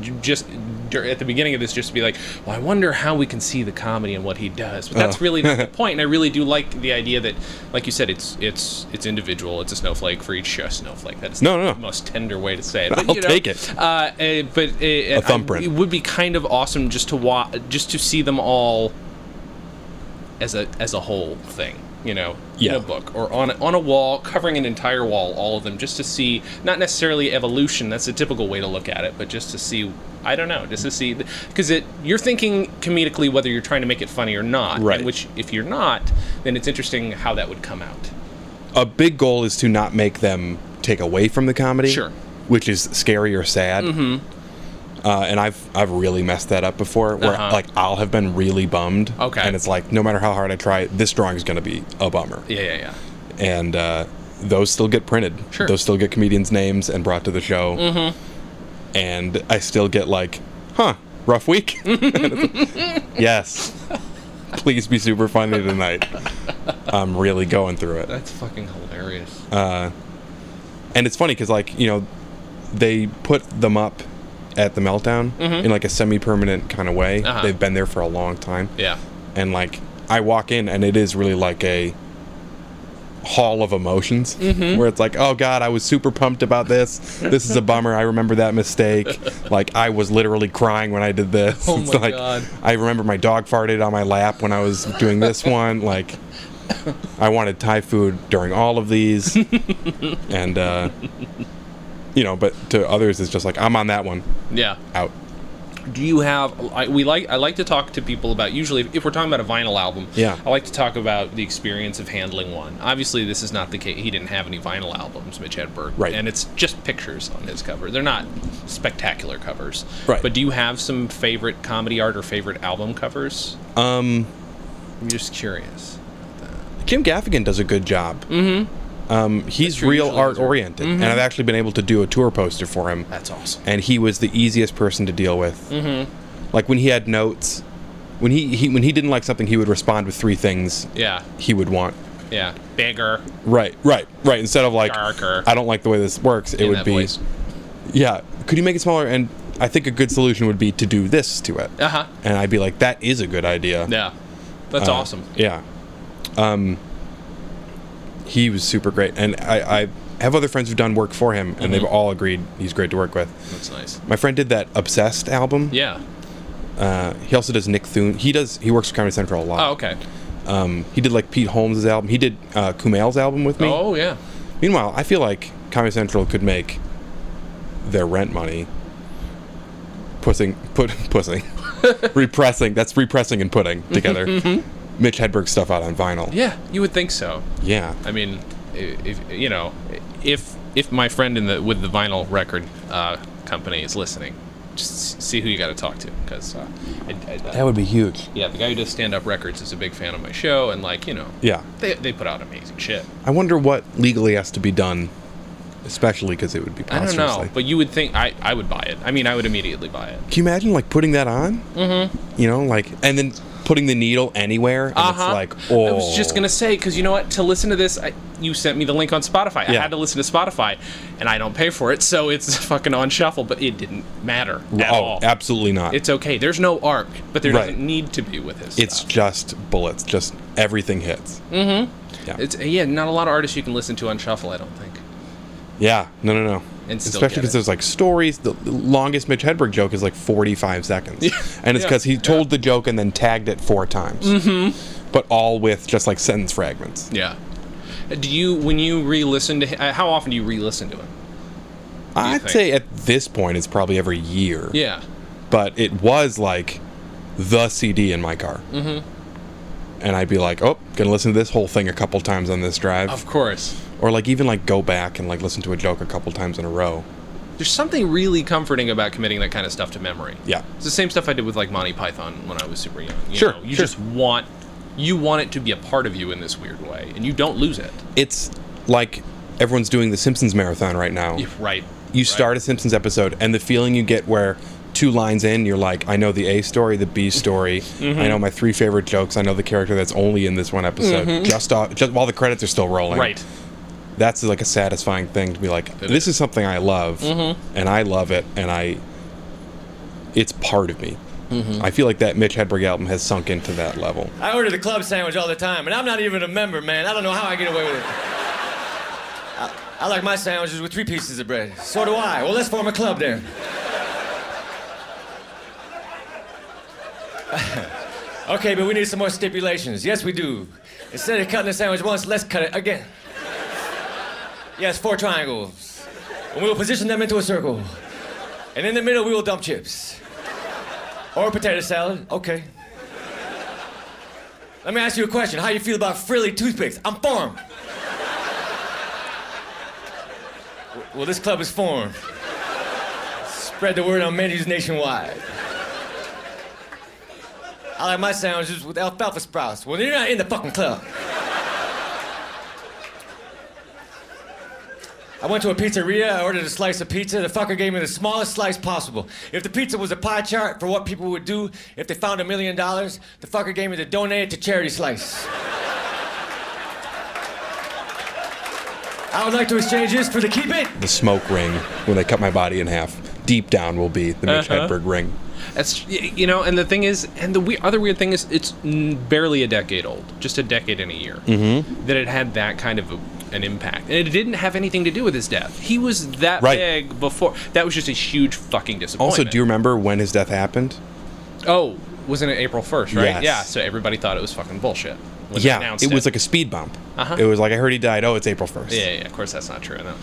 A: j- just dur- at the beginning of this just to be like well i wonder how we can see the comedy and what he does but that's
B: Oh.
A: really not the point and i really do like the idea that like you said it's it's it's individual it's a snowflake for each show snowflake that's
B: No, no, no.
A: the most tender way to say it but,
B: I'll
A: you know,
B: take it.
A: uh, uh, but uh, a
B: thumbprint.
A: it would be kind of awesome just to wa- just to see them all as a as a whole thing you know in
B: Yeah.
A: a book or on a, on a wall covering an entire wall all of them just to see not necessarily evolution that's a typical way to look at it but just to see i don't know just to see because it you're thinking comedically whether you're trying to make it funny or not and
B: Right.
A: which if you're not then it's interesting how that would come out
B: A big goal is to not make them take away from the comedy.
A: Sure.
B: Which is scary or sad. Mm-hmm. Uh, and I've I've really messed that up before, where
A: Uh-huh.
B: like I'll have been really bummed,
A: Okay.
B: and it's like no matter how hard I try, this drawing is going to be a bummer,
A: yeah yeah yeah
B: and uh, those still get printed,
A: Sure.
B: those still get comedians' names and brought to the show, mm-hmm. and I still get like, huh, rough week, yes, please be super funny tonight. I'm really going through it.
A: that's fucking hilarious
B: Uh, and it's funny because like you know they put them up at the meltdown in like a semi-permanent kind of way
A: Mm-hmm. Uh-huh.
B: they've been there for a long time
A: yeah
B: and like i walk in and it is really like a hall of emotions
A: Mm-hmm.
B: where it's like oh god i was super pumped about this this is a bummer i remember that mistake like i was literally crying when i did this
A: Oh
B: it's
A: my
B: like
A: God.
B: i remember my dog farted on my lap when i was doing this one like i wanted thai food during all of these and uh you know but to others it's just like i'm on that one
A: yeah
B: out
A: do you have I, we like i like to talk to people about usually if we're talking about a vinyl album
B: Yeah.
A: i like to talk about the experience of handling one obviously this is not the case he didn't have any vinyl albums mitch hedberg
B: Right.
A: and it's just pictures on his cover they're not spectacular covers
B: Right.
A: but do you have some favorite comedy art or favorite album covers
B: um
A: i'm just curious
B: Jim Gaffigan does a good job. Mm-hmm. Um, he's
A: true,
B: real
A: usually
B: art
A: those are-
B: oriented, and
A: Mm-hmm.
B: I've actually been able to do a tour poster for him.
A: That's awesome.
B: and he was the easiest person to deal with.
A: Mm-hmm.
B: Like when he had notes, when he, he when he didn't like something, he would respond with three things
A: Yeah,
B: he would want.
A: yeah. Bigger,
B: Right, right, right. Instead of like,
A: Darker.
B: I don't like the way this works. It
A: in
B: would
A: that
B: be,
A: voice.
B: yeah. Could you make it smaller? And I think a good solution would be to do this to it.
A: Uh huh.
B: And I'd be like, that is a good idea.
A: Yeah, that's
B: Uh,
A: awesome.
B: Yeah. Um, he was super great, and I, I have other friends who've done work for him, and they've
A: Mm-hmm.
B: all agreed he's great to work with.
A: That's nice.
B: My friend did that Obsessed album.
A: Yeah.
B: Uh, he also does Nick Thune. He does. He works for Comedy Central a lot.
A: Oh, okay.
B: Um, he did like Pete Holmes' album. He did uh, Kumail's album with me.
A: Oh, yeah.
B: Meanwhile, I feel like Comedy Central could make their rent money pussing, put, pussing, repressing. That's repressing and putting together Mitch Hedberg stuff out on vinyl.
A: Mm-hmm. Yeah, you would think so.
B: Yeah.
A: I mean, i- if you know, if if my friend in the with the vinyl record uh, company is listening, just s- see who you got to talk to because uh, I- I-
B: That would be huge.
A: yeah, the guy who does stand up records is a big fan of my show and like you know,
B: Yeah.
A: they they put out amazing shit.
B: I wonder what legally has to be done, especially because it would be
A: I don't
B: posthumously.
A: know, but you would think I I would buy it. I mean, I would immediately buy it.
B: Can you imagine like putting that on? Mm-hmm. You know, like and then putting the needle anywhere, and
A: Uh-huh.
B: it's like, oh,
A: I was just gonna say because you know what? To listen to this, I, you sent me the link on Spotify. I
B: Yeah.
A: had to listen to Spotify, and I don't pay for it, so it's fucking on shuffle. But it didn't matter at
B: oh,
A: all.
B: absolutely not.
A: It's okay. There's no arc, but there
B: Right.
A: doesn't need to be with his.
B: It's
A: stuff.
B: just bullets. Just everything hits.
A: Mm. it's yeah. Not a lot of artists you can listen to on shuffle. I don't think.
B: Yeah. No, no, no.
A: And still
B: Especially
A: get
B: because
A: it.
B: there's like stories. The the longest Mitch Hedberg joke is like 45 seconds. And it's
A: Yeah.
B: because he told the joke and then tagged it four times. Mm-hmm. But all with just like sentence fragments.
A: Yeah. Uh, Do you when you re-listen to? hi- uh, How often do you re-listen to him?
B: I'd
A: think?
B: say at this point it's probably every year.
A: Yeah.
B: But it was like the CD in my car. Mm-hmm. And I'd be like, oh, gonna listen to this whole thing a couple times on this drive.
A: Of course.
B: or like even like go back and like listen to a joke a couple times in a row.
A: There's something really comforting about committing that kind of stuff to memory.
B: Yeah.
A: It's the same stuff I did with like Monty Python when I was super young. You
B: Sure,
A: know, you
B: sure.
A: just want you want it to be a part of you in this weird way, and you don't lose it.
B: it's like everyone's doing the Simpsons marathon right now.
A: If- right.
B: You
A: right.
B: start a Simpsons episode, and the feeling you get where two lines in, you're like, I know the A story, the B story,
A: Mm-hmm.
B: I know my three favorite jokes, I know the character that's only in this one episode, just, off, just while the credits are still rolling.
A: Mm-hmm. Right.
B: That's like a satisfying thing to be like, this is something I love,
A: Mm-hmm.
B: and I love it, and I, it's part of me.
A: Mm-hmm.
B: I feel like that Mitch Hedberg album has sunk into that level.
C: I order the club sandwich all the time, and I'm not even a member, man. I don't know how I get away with it. I, I like my sandwiches with three pieces of bread. So do I. Well, let's form a club there. okay, but we need some more stipulations. Yes, we do. Instead of cutting the sandwich once, let's cut it again. Yes, four triangles. And we will position them into a circle. And in the middle, we will dump chips. Or potato salad. Okay. Let me ask you a question. How you feel about frilly toothpicks? I'm for 'em. W- Well, this club is for 'em. Spread the word on menus nationwide. I like my sandwiches with alfalfa sprouts. Well, you're not in the fucking club. I went to a pizzeria. I ordered a slice of pizza. The fucker gave me the smallest slice possible. If the pizza was a pie chart for what people would do if they found a million dollars, the fucker gave me the donate it to charity slice. I would like to exchange this for the keep it.
B: The smoke ring, when they cut my body in half, deep down will be the Mitch
A: Uh-huh.
B: Hedberg ring.
A: That's y- you know, and the thing is, and the we- other weird thing is, it's n- barely a decade old, just a decade and a year
B: Mm-hmm.
A: that it had that kind of a, an impact, and it didn't have anything to do with his death. He was that
B: Right.
A: big before. That was just a huge fucking disappointment.
B: Also, do you remember when his death happened?
A: oh, wasn't it April first? Right?
B: Yes.
A: Yeah. So everybody thought it was fucking bullshit. When they
B: yeah,
A: announced
B: it was like a speed bump.
A: Uh-huh.
B: It was like I heard he died. Oh, it's April first.
A: yeah, yeah, yeah, Of course, that's not true. No.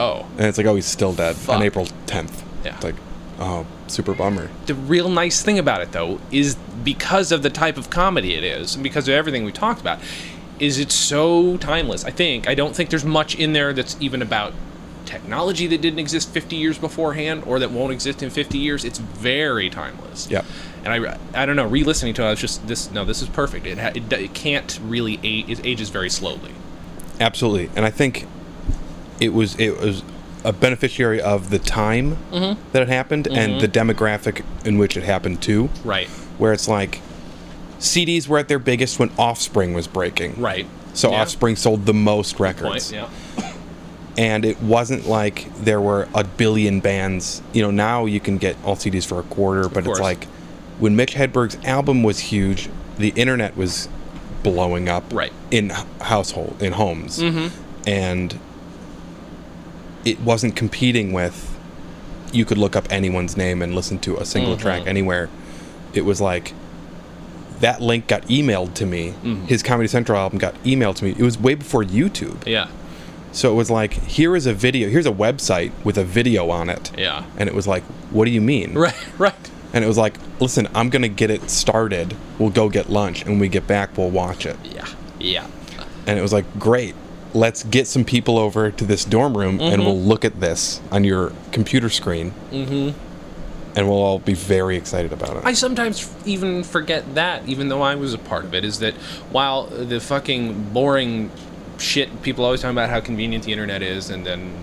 A: Oh,
B: and it's like oh, he's still dead
A: Fuck.
B: on April tenth.
A: Yeah.
B: it's like oh, super bummer.
A: the real nice thing about it though is because of the type of comedy it is and because of everything we talked about is it's so timeless i think i don't think there's much in there that's even about technology that didn't exist 50 years beforehand or that won't exist in 50 years it's very timeless
B: Yep.
A: and i i don't know re-listening to it i was just this no this is perfect it ha- it, d- it can't really age it ages very slowly
B: Absolutely, and I think it was it was a beneficiary of the time
A: Mm-hmm.
B: that it happened and the demographic in which it happened to.
A: Right.
B: Where it's like CDs were at their biggest when Offspring was breaking.
A: Right.
B: So
A: Yeah.
B: Offspring sold the most
A: Point.
B: records.
A: Yeah.
B: And it wasn't like there were a billion bands. You know, now you can get all CDs for a quarter, but
A: course.
B: it's like when Mitch Hedberg's album was huge, the internet was blowing up
A: Right. Mm-hmm.
B: in h- household in homes. And it wasn't competing with you could look up anyone's name and listen to a single
A: Mm-hmm.
B: track anywhere. It was like that link got emailed to me.
A: Mm-hmm.
B: His Comedy Central album got emailed to me. It was way before YouTube.
A: Yeah.
B: So it was like, here is a video, here's a website with a video on it.
A: Yeah.
B: And it was like, what do you mean?
A: Right. Right.
B: And it was like, listen, I'm going to get it started. We'll go get lunch. And when we get back, we'll watch it.
A: Yeah. Yeah.
B: And it was like, great. Let's get some people over to this dorm room
A: Mm-hmm.
B: and we'll look at this on your computer screen. Mm-hmm. And we'll all be very excited about it.
A: I sometimes even forget that, even though I was a part of it, is that while the fucking boring shit people always talk about how convenient the internet is, and then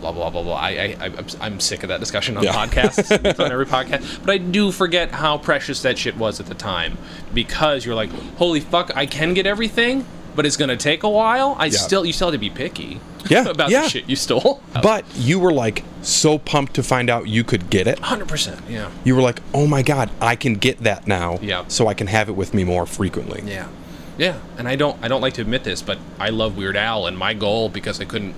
A: blah blah blah blah. I, I I'm- I'm sick of that discussion on
B: Yeah.
A: podcasts, it's on every podcast. But I do forget how precious that shit was at the time, because you're like, holy fuck, I can get everything, but it's gonna take a while. I
B: Yeah.
A: still you still had to be picky,
B: Yeah,
A: about
B: yeah.
A: the shit you stole.
B: but you were like so pumped to find out you could get it.
A: Hundred percent, yeah,
B: You were like, oh my God, I can get that now.
A: Yeah.
B: So I can have it with me more frequently.
A: Yeah. Yeah, and I don't I don't like to admit this, but I love Weird Al and my goal because I couldn't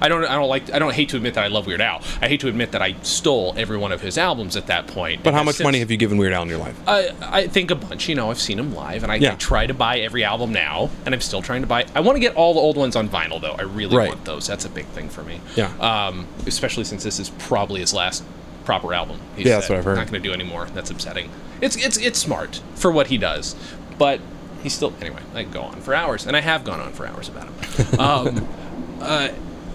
A: I don't I don't like I don't hate to admit that I love Weird Al. I hate to admit that I stole every one of his albums at that point.
B: But how much money have you given Weird Al in your life?
A: I, I think a bunch. You know, I've seen him live, and I,
B: Yeah.
A: I try to buy every album now, and I'm still trying to buy. I want to get all the old ones on vinyl, though. I really
B: Right.
A: want those. That's a big thing for me.
B: Yeah.
A: Um, especially since this is probably his last proper album. He
B: Yeah, that's
A: said,
B: what I've heard.
A: Not going to do anymore. That's upsetting. It's it's it's smart for what he does, but he's still anyway. I can go on for hours, and I have gone on for hours about him. Um, uh,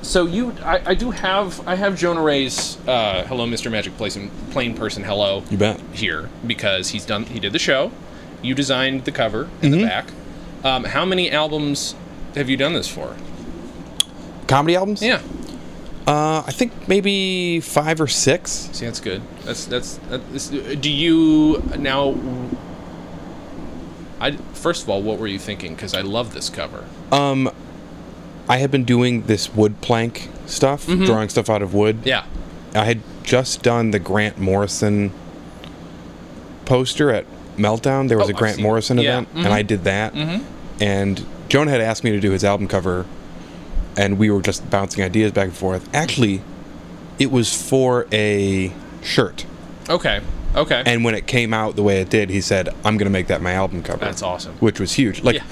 A: so you, I, I do have I have Jonah Ray's uh, "Hello, Mr. Magic," place and plain person. Hello,
B: You bet.
A: here because he's done he did the show you designed the cover and
B: Mm-hmm.
A: the back um, how many albums have you done this for
B: Comedy albums?
A: yeah
B: Uh, I think maybe five or six.
A: see that's good that's that's, that's do you now I, first of all what were you thinking because i love this cover
B: Um, I had been doing this wood plank stuff, drawing stuff out of wood.
A: Mm-hmm. yeah
B: I had just done the Grant Morrison poster at Meltdown. There was
A: Oh,
B: a
A: I've
B: Grant
A: seen it.
B: Morrison
A: Yeah, Mm-hmm.
B: event, and I did that. And Joan had asked me to do his album cover, and we were just bouncing ideas back and forth. Actually, it was for a shirt.
A: okay okay
B: And when it came out the way it did, he said, "I'm going to make that my album cover."
A: That's awesome.
B: Which was huge. Like,
A: Yeah.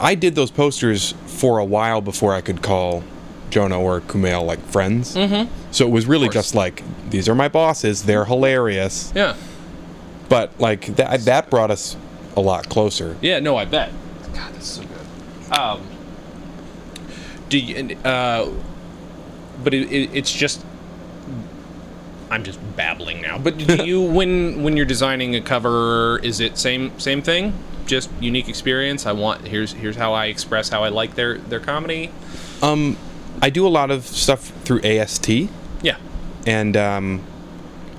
B: I did those posters for a while before I could call Jonah or Kumail like friends. Mm-hmm. So it was really
A: course.
B: just like, "These are my bosses. They're hilarious."
A: yeah
B: But like that, that brought us a lot closer.
A: Yeah, no, I bet. God, that's so good. Um, do you? and, Uh, but it, it, it's just. I'm just babbling now. But do you when when you're designing a cover? Is it same same thing? Just unique experience. I want here's here's how I express how I like their their comedy.
B: Um, I do a lot of stuff through AST,
A: Yeah.
B: and um,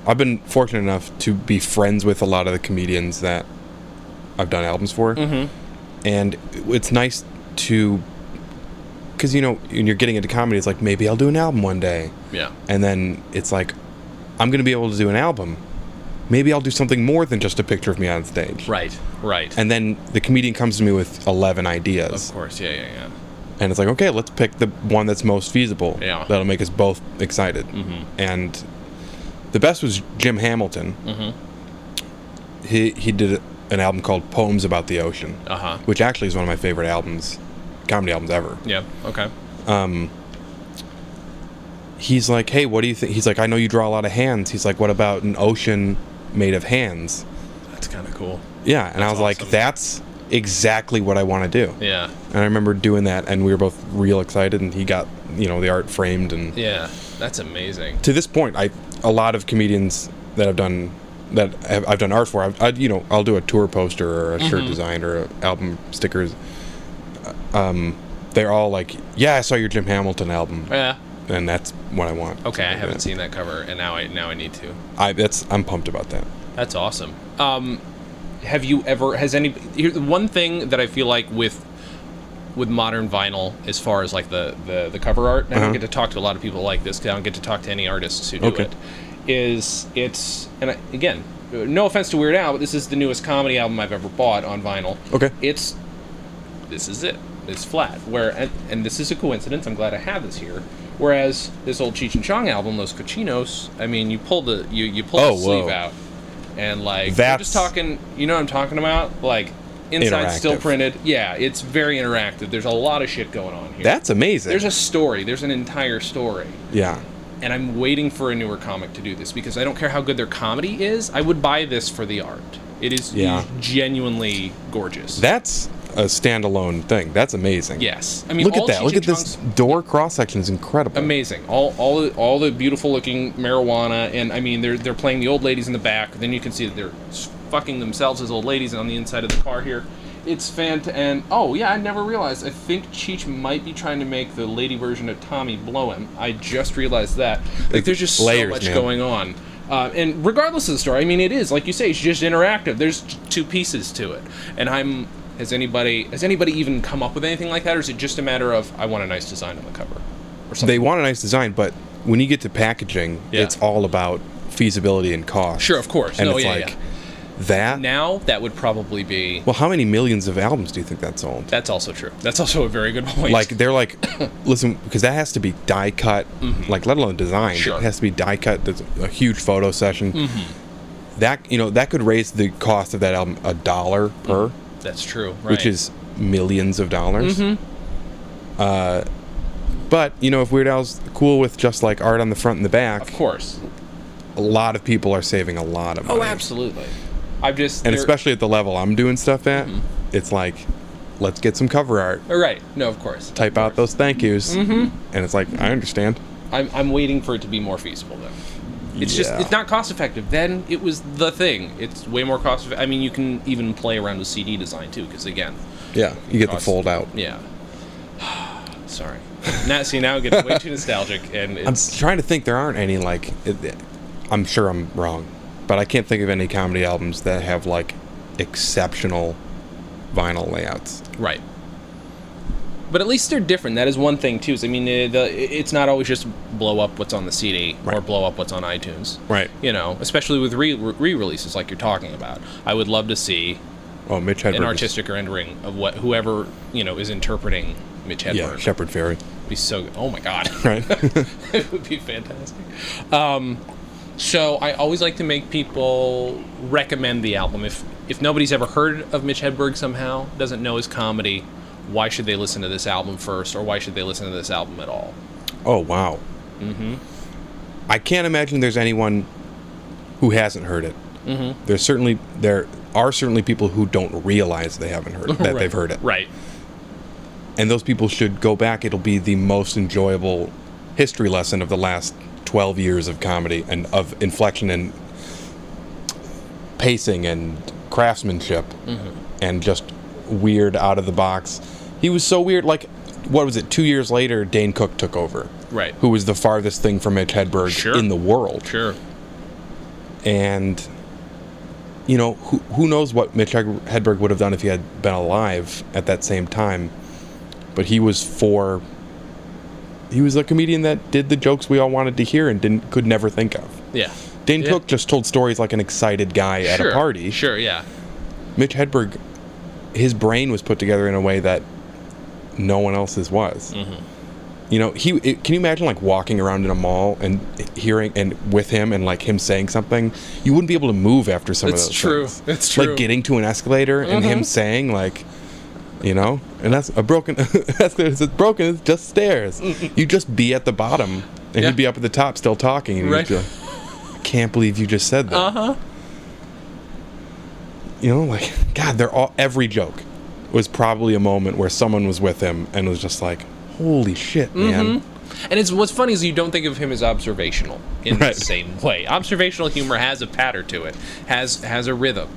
B: I've been fortunate enough to be friends with a lot of the comedians that I've done albums for.
A: Mm-hmm.
B: and it's nice to because you know when you're getting into comedy it's like maybe i'll do an album one day
A: Yeah.
B: and then it's like i'm gonna be able to do an album maybe i'll do something more than just a picture of me on stage
A: Right. Right.
B: and then the comedian comes to me with 11 ideas
A: of course. Yeah. Yeah. Yeah.
B: and it's like okay let's pick the one that's most feasible
A: Yeah. Mm-hmm.
B: that'll make us both excited and the best was jim hamilton
A: Mm-hmm.
B: he, he did an album called poems about the ocean
A: Uh huh.
B: which actually is one of my favorite albums, comedy albums ever.
A: Yeah. Okay.
B: He's like, hey, what do you think? He's like, I know you draw a lot of hands. He's like, what about an ocean made of hands?
A: That's kind of cool.
B: Yeah, and I was
A: That's
B: like,
A: awesome.
B: that's exactly what I want to do.
A: Yeah.
B: And I remember doing that, and we were both real excited, and he got you know the art framed, and
A: Yeah. That's amazing.
B: to this point, I a lot of comedians that I've done that I've, I've done art for, I've, I you know I'll do a tour poster or a
A: Mm-hmm.
B: shirt design or a album stickers. Uh, Um, they're all like, yeah, I saw your Jim Hamilton album.
A: Yeah.
B: and that's what I want.
A: Okay, I haven't seen that cover, and now I now I need to.
B: I that's I'm pumped about that.
A: That's awesome. Um, have you ever has any here, one thing that I feel like with with modern vinyl as far as like the the, the cover art? I don't get to talk to a lot of people like this because I don't get to talk to any artists who do
B: Uh-huh. Okay.
A: it. Is it's and I, again, no offense to Weird Al, but this is the newest comedy album I've ever bought on vinyl.
B: Okay.
A: it's this is it. It's flat. Where and, and this is a coincidence. I'm glad I have this here. Whereas this old Cheech and Chong album, Los Cochinos, I mean, you pull the you you pull
B: Oh,
A: the sleeve
B: whoa.
A: out, and like we're
B: That's-
A: just talking. You know what I'm talking about? Like inside still
B: Interactive.
A: printed. Yeah, it's very interactive. There's a lot of shit going on here.
B: That's amazing.
A: there's a story. There's an entire story.
B: yeah.
A: And I'm waiting for a newer comic to do this because I don't care how good their comedy is. I would buy this for the art. It is
B: Yeah.
A: genuinely gorgeous.
B: That's a standalone thing. That's amazing.
A: yes, I mean
B: Look
A: all
B: at that.
A: Cheech
B: Look
A: and
B: at this
A: Chong's
B: door cross section is incredible.
A: amazing. All all all the beautiful looking marijuana, and I mean they're they're playing the old ladies in the back. Then you can see that they're s- fucking themselves as old ladies on the inside of the car here. It's fant and oh yeah, I never realized. I think Cheech might be trying to make the lady version of Tommy blow him. I just realized that. Like there's just
B: Layers,
A: so much
B: man.
A: going on. Uh, and regardless of the story, I mean, it is like you say, it's just interactive. There's t- two pieces to it, and I'm. Has anybody has anybody even come up with anything like that, or is it just a matter of I want a nice design on the cover?
B: They want a nice design, but when you get to packaging,
A: Yeah.
B: it's all about feasibility and cost.
A: Sure, of course.
B: And
A: No,
B: it's
A: yeah,
B: like
A: yeah.
B: that.
A: Now that would probably be.
B: well, how many millions of albums do you think that sold?
A: That's also true. That's also a very good point.
B: like they're like, listen, because that has to be die cut, like let alone designed.
A: Mm-hmm. Sure. Mm-hmm.
B: It has to be die cut. There's a huge photo session. That you know that could raise the cost of that album a dollar per.
A: that's true, Mm-hmm. right? Mm-hmm.
B: which is millions of dollars. Uh, but you know, if Weird Al's cool with just like art on the front and the back,
A: of course.
B: a lot of people are saving a lot of money.
A: Oh, absolutely. I've just
B: And
A: there-
B: especially at the level I'm doing stuff at,
A: Mm-hmm.
B: it's like, let's get some cover art,
A: Oh, Right. No, of course.
B: type out those thank yous,
A: Mm-hmm.
B: and it's like I understand.
A: I'm I'm waiting for it to be more feasible though. It's
B: Yeah.
A: just it's not cost effective. Then it was the thing. It's way more cost. Effective. I mean, you can even play around with CD design too, because again,
B: Yeah, you get the
A: Cost.
B: fold out.
A: yeah. Sorry. Now see now I'm getting way too nostalgic and
B: I'm
A: it's
B: trying to think. There aren't any like. it- I'm sure I'm wrong, but I can't think of any comedy albums that have like exceptional vinyl layouts.
A: Right. But at least they're different. That is one thing too. Is I mean, uh, the, it's not always just blow up what's on the CD or
B: Right.
A: blow up what's on iTunes.
B: Right.
A: You know, especially with re- re-releases like you're talking about. I would love to see
B: Oh, Mitch Hedberg.
A: an
B: is-
A: artistic rendering of what whoever you know is interpreting Mitch Hedberg.
B: Yeah, Shepherd Ferry.
A: It'd be so. Oh my god.
B: Right.
A: it would be fantastic. Um, so I always like to make people recommend the album. If if nobody's ever heard of Mitch Hedberg somehow, doesn't know his comedy, why should they listen to this album first, or why should they listen to this album at all?
B: oh wow. Mm-hmm. I can't imagine there's anyone who hasn't heard it. Mm-hmm. There's certainly there are certainly people who don't realize they haven't heard it, that
A: Right.
B: they've heard it,
A: Right.
B: and those people should go back. It'll be the most enjoyable history lesson of the last 12 years of comedy and of inflection and pacing and craftsmanship and just weird out of the box. He was so weird. Like, what was it? Two years later, Dane Cook took over.
A: Right.
B: Who was the farthest thing from Mitch Hedberg
A: Sure.
B: in the world.
A: Sure.
B: And, you know, who, who knows what Mitch Hedberg Hedberg would have done if he had been alive at that same time. But he was for. He was a comedian that did the jokes we all wanted to hear and didn't could never think of.
A: Yeah.
B: Dane
A: Yeah.
B: Cook just told stories like an excited guy at
A: sure.
B: a party.
A: Sure. Yeah.
B: Mitch Hedberg, his brain was put together in a way that no one else's was.
A: Mm-hmm.
B: You know, he it, can you imagine like walking around in a mall and hearing and with him and like him saying something, you wouldn't be able to move after some
A: It's
B: of those.
A: true.
B: things.
A: It's true. Mm-hmm.
B: Like getting to an escalator and him saying like, you know, and that's a broken escalator. It's broken. It's just stairs. You'd just be at the bottom and
A: Yeah.
B: he'd be up at the top still talking. And
A: Right.
B: you'd be like, I can't believe you just said that
A: Uh huh.
B: you know, like God, they're all every joke was probably a moment where someone was with him and was just like, "Holy shit, man!"
A: And it's what's funny is you don't think of him as observational in
B: Right.
A: the same way. Observational humor has a pattern to it, has has a rhythm.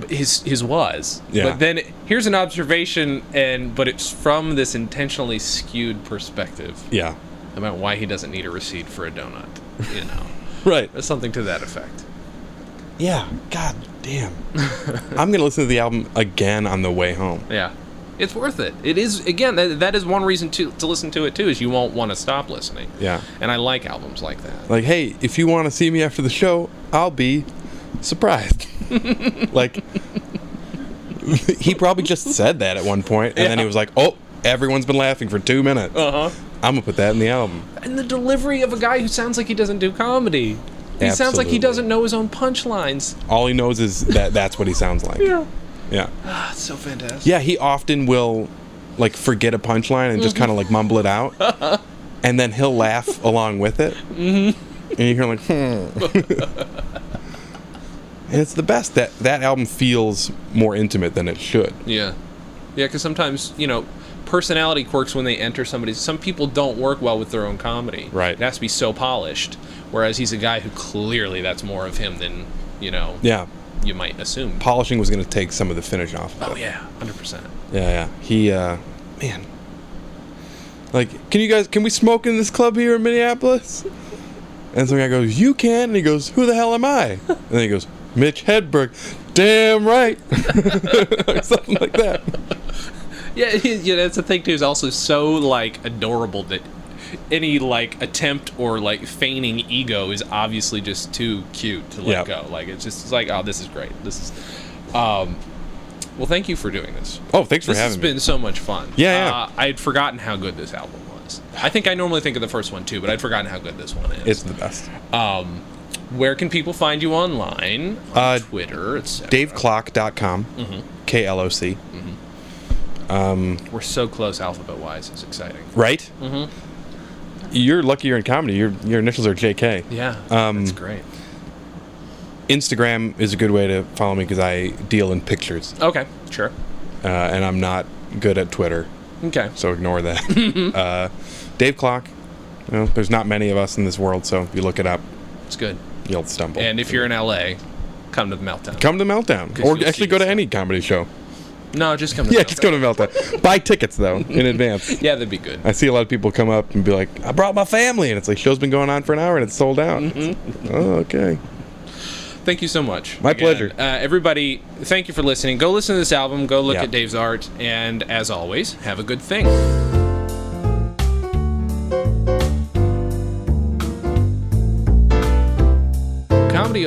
A: But His his was,
B: Yeah.
A: but then here's an observation, and but it's from this intentionally skewed perspective.
B: Yeah,
A: about why he doesn't need a receipt for a donut. You know,
B: Right.
A: That's something to that effect.
B: Yeah. God damn. I'm gonna listen to the album again on the way home.
A: Yeah, it's worth it. It is again. That, that is one reason to to listen to it too is you won't want to stop listening.
B: Yeah.
A: and I like albums like that.
B: Like, hey, if you want to see me after the show, I'll be surprised. like, he probably just said that at one point, and then he was like, "Oh, everyone's been laughing for two minutes.
A: Uh huh.
B: I'm gonna put that in the album."
A: And the delivery of a guy who sounds like he doesn't do comedy. He sounds like he
B: Absolutely.
A: doesn't know his own punchlines.
B: All he knows is that that's what he sounds like. Yeah. Yeah.
A: That's so fantastic.
B: Yeah, he often will like forget a punchline and just kind of like mumble it out, and then he'll laugh along with it. Mm-hmm. And you hear like, hmm. and it's the best that that album feels more intimate than it should.
A: Yeah. Yeah, because sometimes, you know, personality quirks when they enter somebody, some people don't work well with their own comedy.
B: Right.
A: It has to be so polished. Whereas he's a guy who clearly that's more of him than, you know,
B: Yeah,
A: you might assume.
B: polishing was going to take some of the finish off. Of
A: oh,
B: it.
A: yeah, 100%.
B: yeah, yeah. He, uh, man, like, can you guys can we smoke in this club here in Minneapolis? And some guy goes, "You can," and he goes, "Who the hell am I?" And then he goes, "Mitch Hedberg." Damn right, or something like that.
A: Yeah, he- yeah, that's the thing, too, is also so, like, adorable that any, like, attempt or, like, feigning ego is obviously just too cute to let
B: Yep.
A: go. Like, it's just it's like, oh, this is great. This is. Um, well, thank you for doing this.
B: Oh, thanks for
A: this
B: having
A: has been
B: me.
A: so much fun.
B: Yeah, yeah.
A: Uh, I had forgotten how good this album was. I think I normally think of the first one too, but I'd forgotten how good this one is.
B: It's the best.
A: um, where can people find you online? On
B: Uh,
A: Twitter, etc.
B: DaveClock.com,
A: Mm-hmm.
B: K L O C.
A: We're so close alphabet wise. It's exciting.
B: Right. Mm-hmm.
A: Mm-hmm.
B: You're lucky you're in comedy. Your your initials are J K.
A: Yeah,
B: Um,
A: that's great.
B: Instagram is a good way to follow me because I deal in pictures,
A: Okay, sure.
B: uh, and I'm not good at Twitter,
A: Okay,
B: so ignore that. uh, Dave Clock. You know, there's not many of us in this world, so if you look it up,
A: it's good.
B: you'll stumble.
A: And if you're in LA, come to the meltdown.
B: come to Meltdown,
A: 'Cause
B: or
A: you'll see
B: actually go to
A: yourself.
B: any comedy show.
A: no, just come. To
B: Yeah,
A: the
B: just go to Meltdown. Buy tickets though in advance.
A: Yeah, that'd be good.
B: I see a lot of people come up and be like, "I brought my family," and it's like show's been going on for an hour and it's sold out.
A: Mm-hmm.
B: Oh, okay.
A: Thank you so much.
B: My pleasure.
A: Uh, everybody, thank you for listening. Go listen to this album. Go look
B: Yeah.
A: at Dave's art. And as always, have a good thing. Comedy